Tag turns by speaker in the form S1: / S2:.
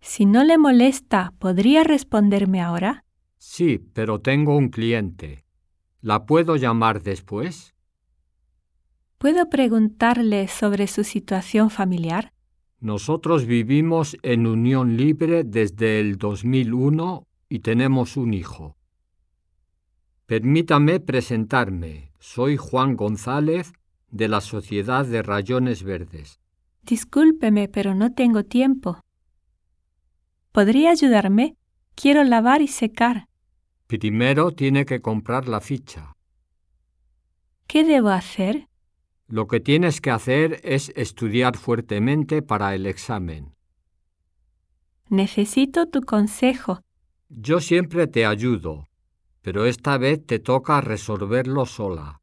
S1: Si no le molesta, ¿podría responderme ahora?
S2: Sí, pero tengo un cliente. ¿La puedo llamar después?
S1: ¿Puedo preguntarle sobre su situación familiar?
S2: Nosotros vivimos en unión libre desde el 2001 y tenemos un hijo. Permítame presentarme. Soy Juan González de la Sociedad de Rayones Verdes.
S1: Discúlpeme, pero no tengo tiempo. ¿Podría ayudarme? Quiero lavar y secar.
S2: Primero tiene que comprar la ficha.
S1: ¿Qué debo hacer?
S2: Lo que tienes que hacer es estudiar fuertemente para el examen.
S1: Necesito tu consejo.
S2: Yo siempre te ayudo, pero esta vez te toca resolverlo sola.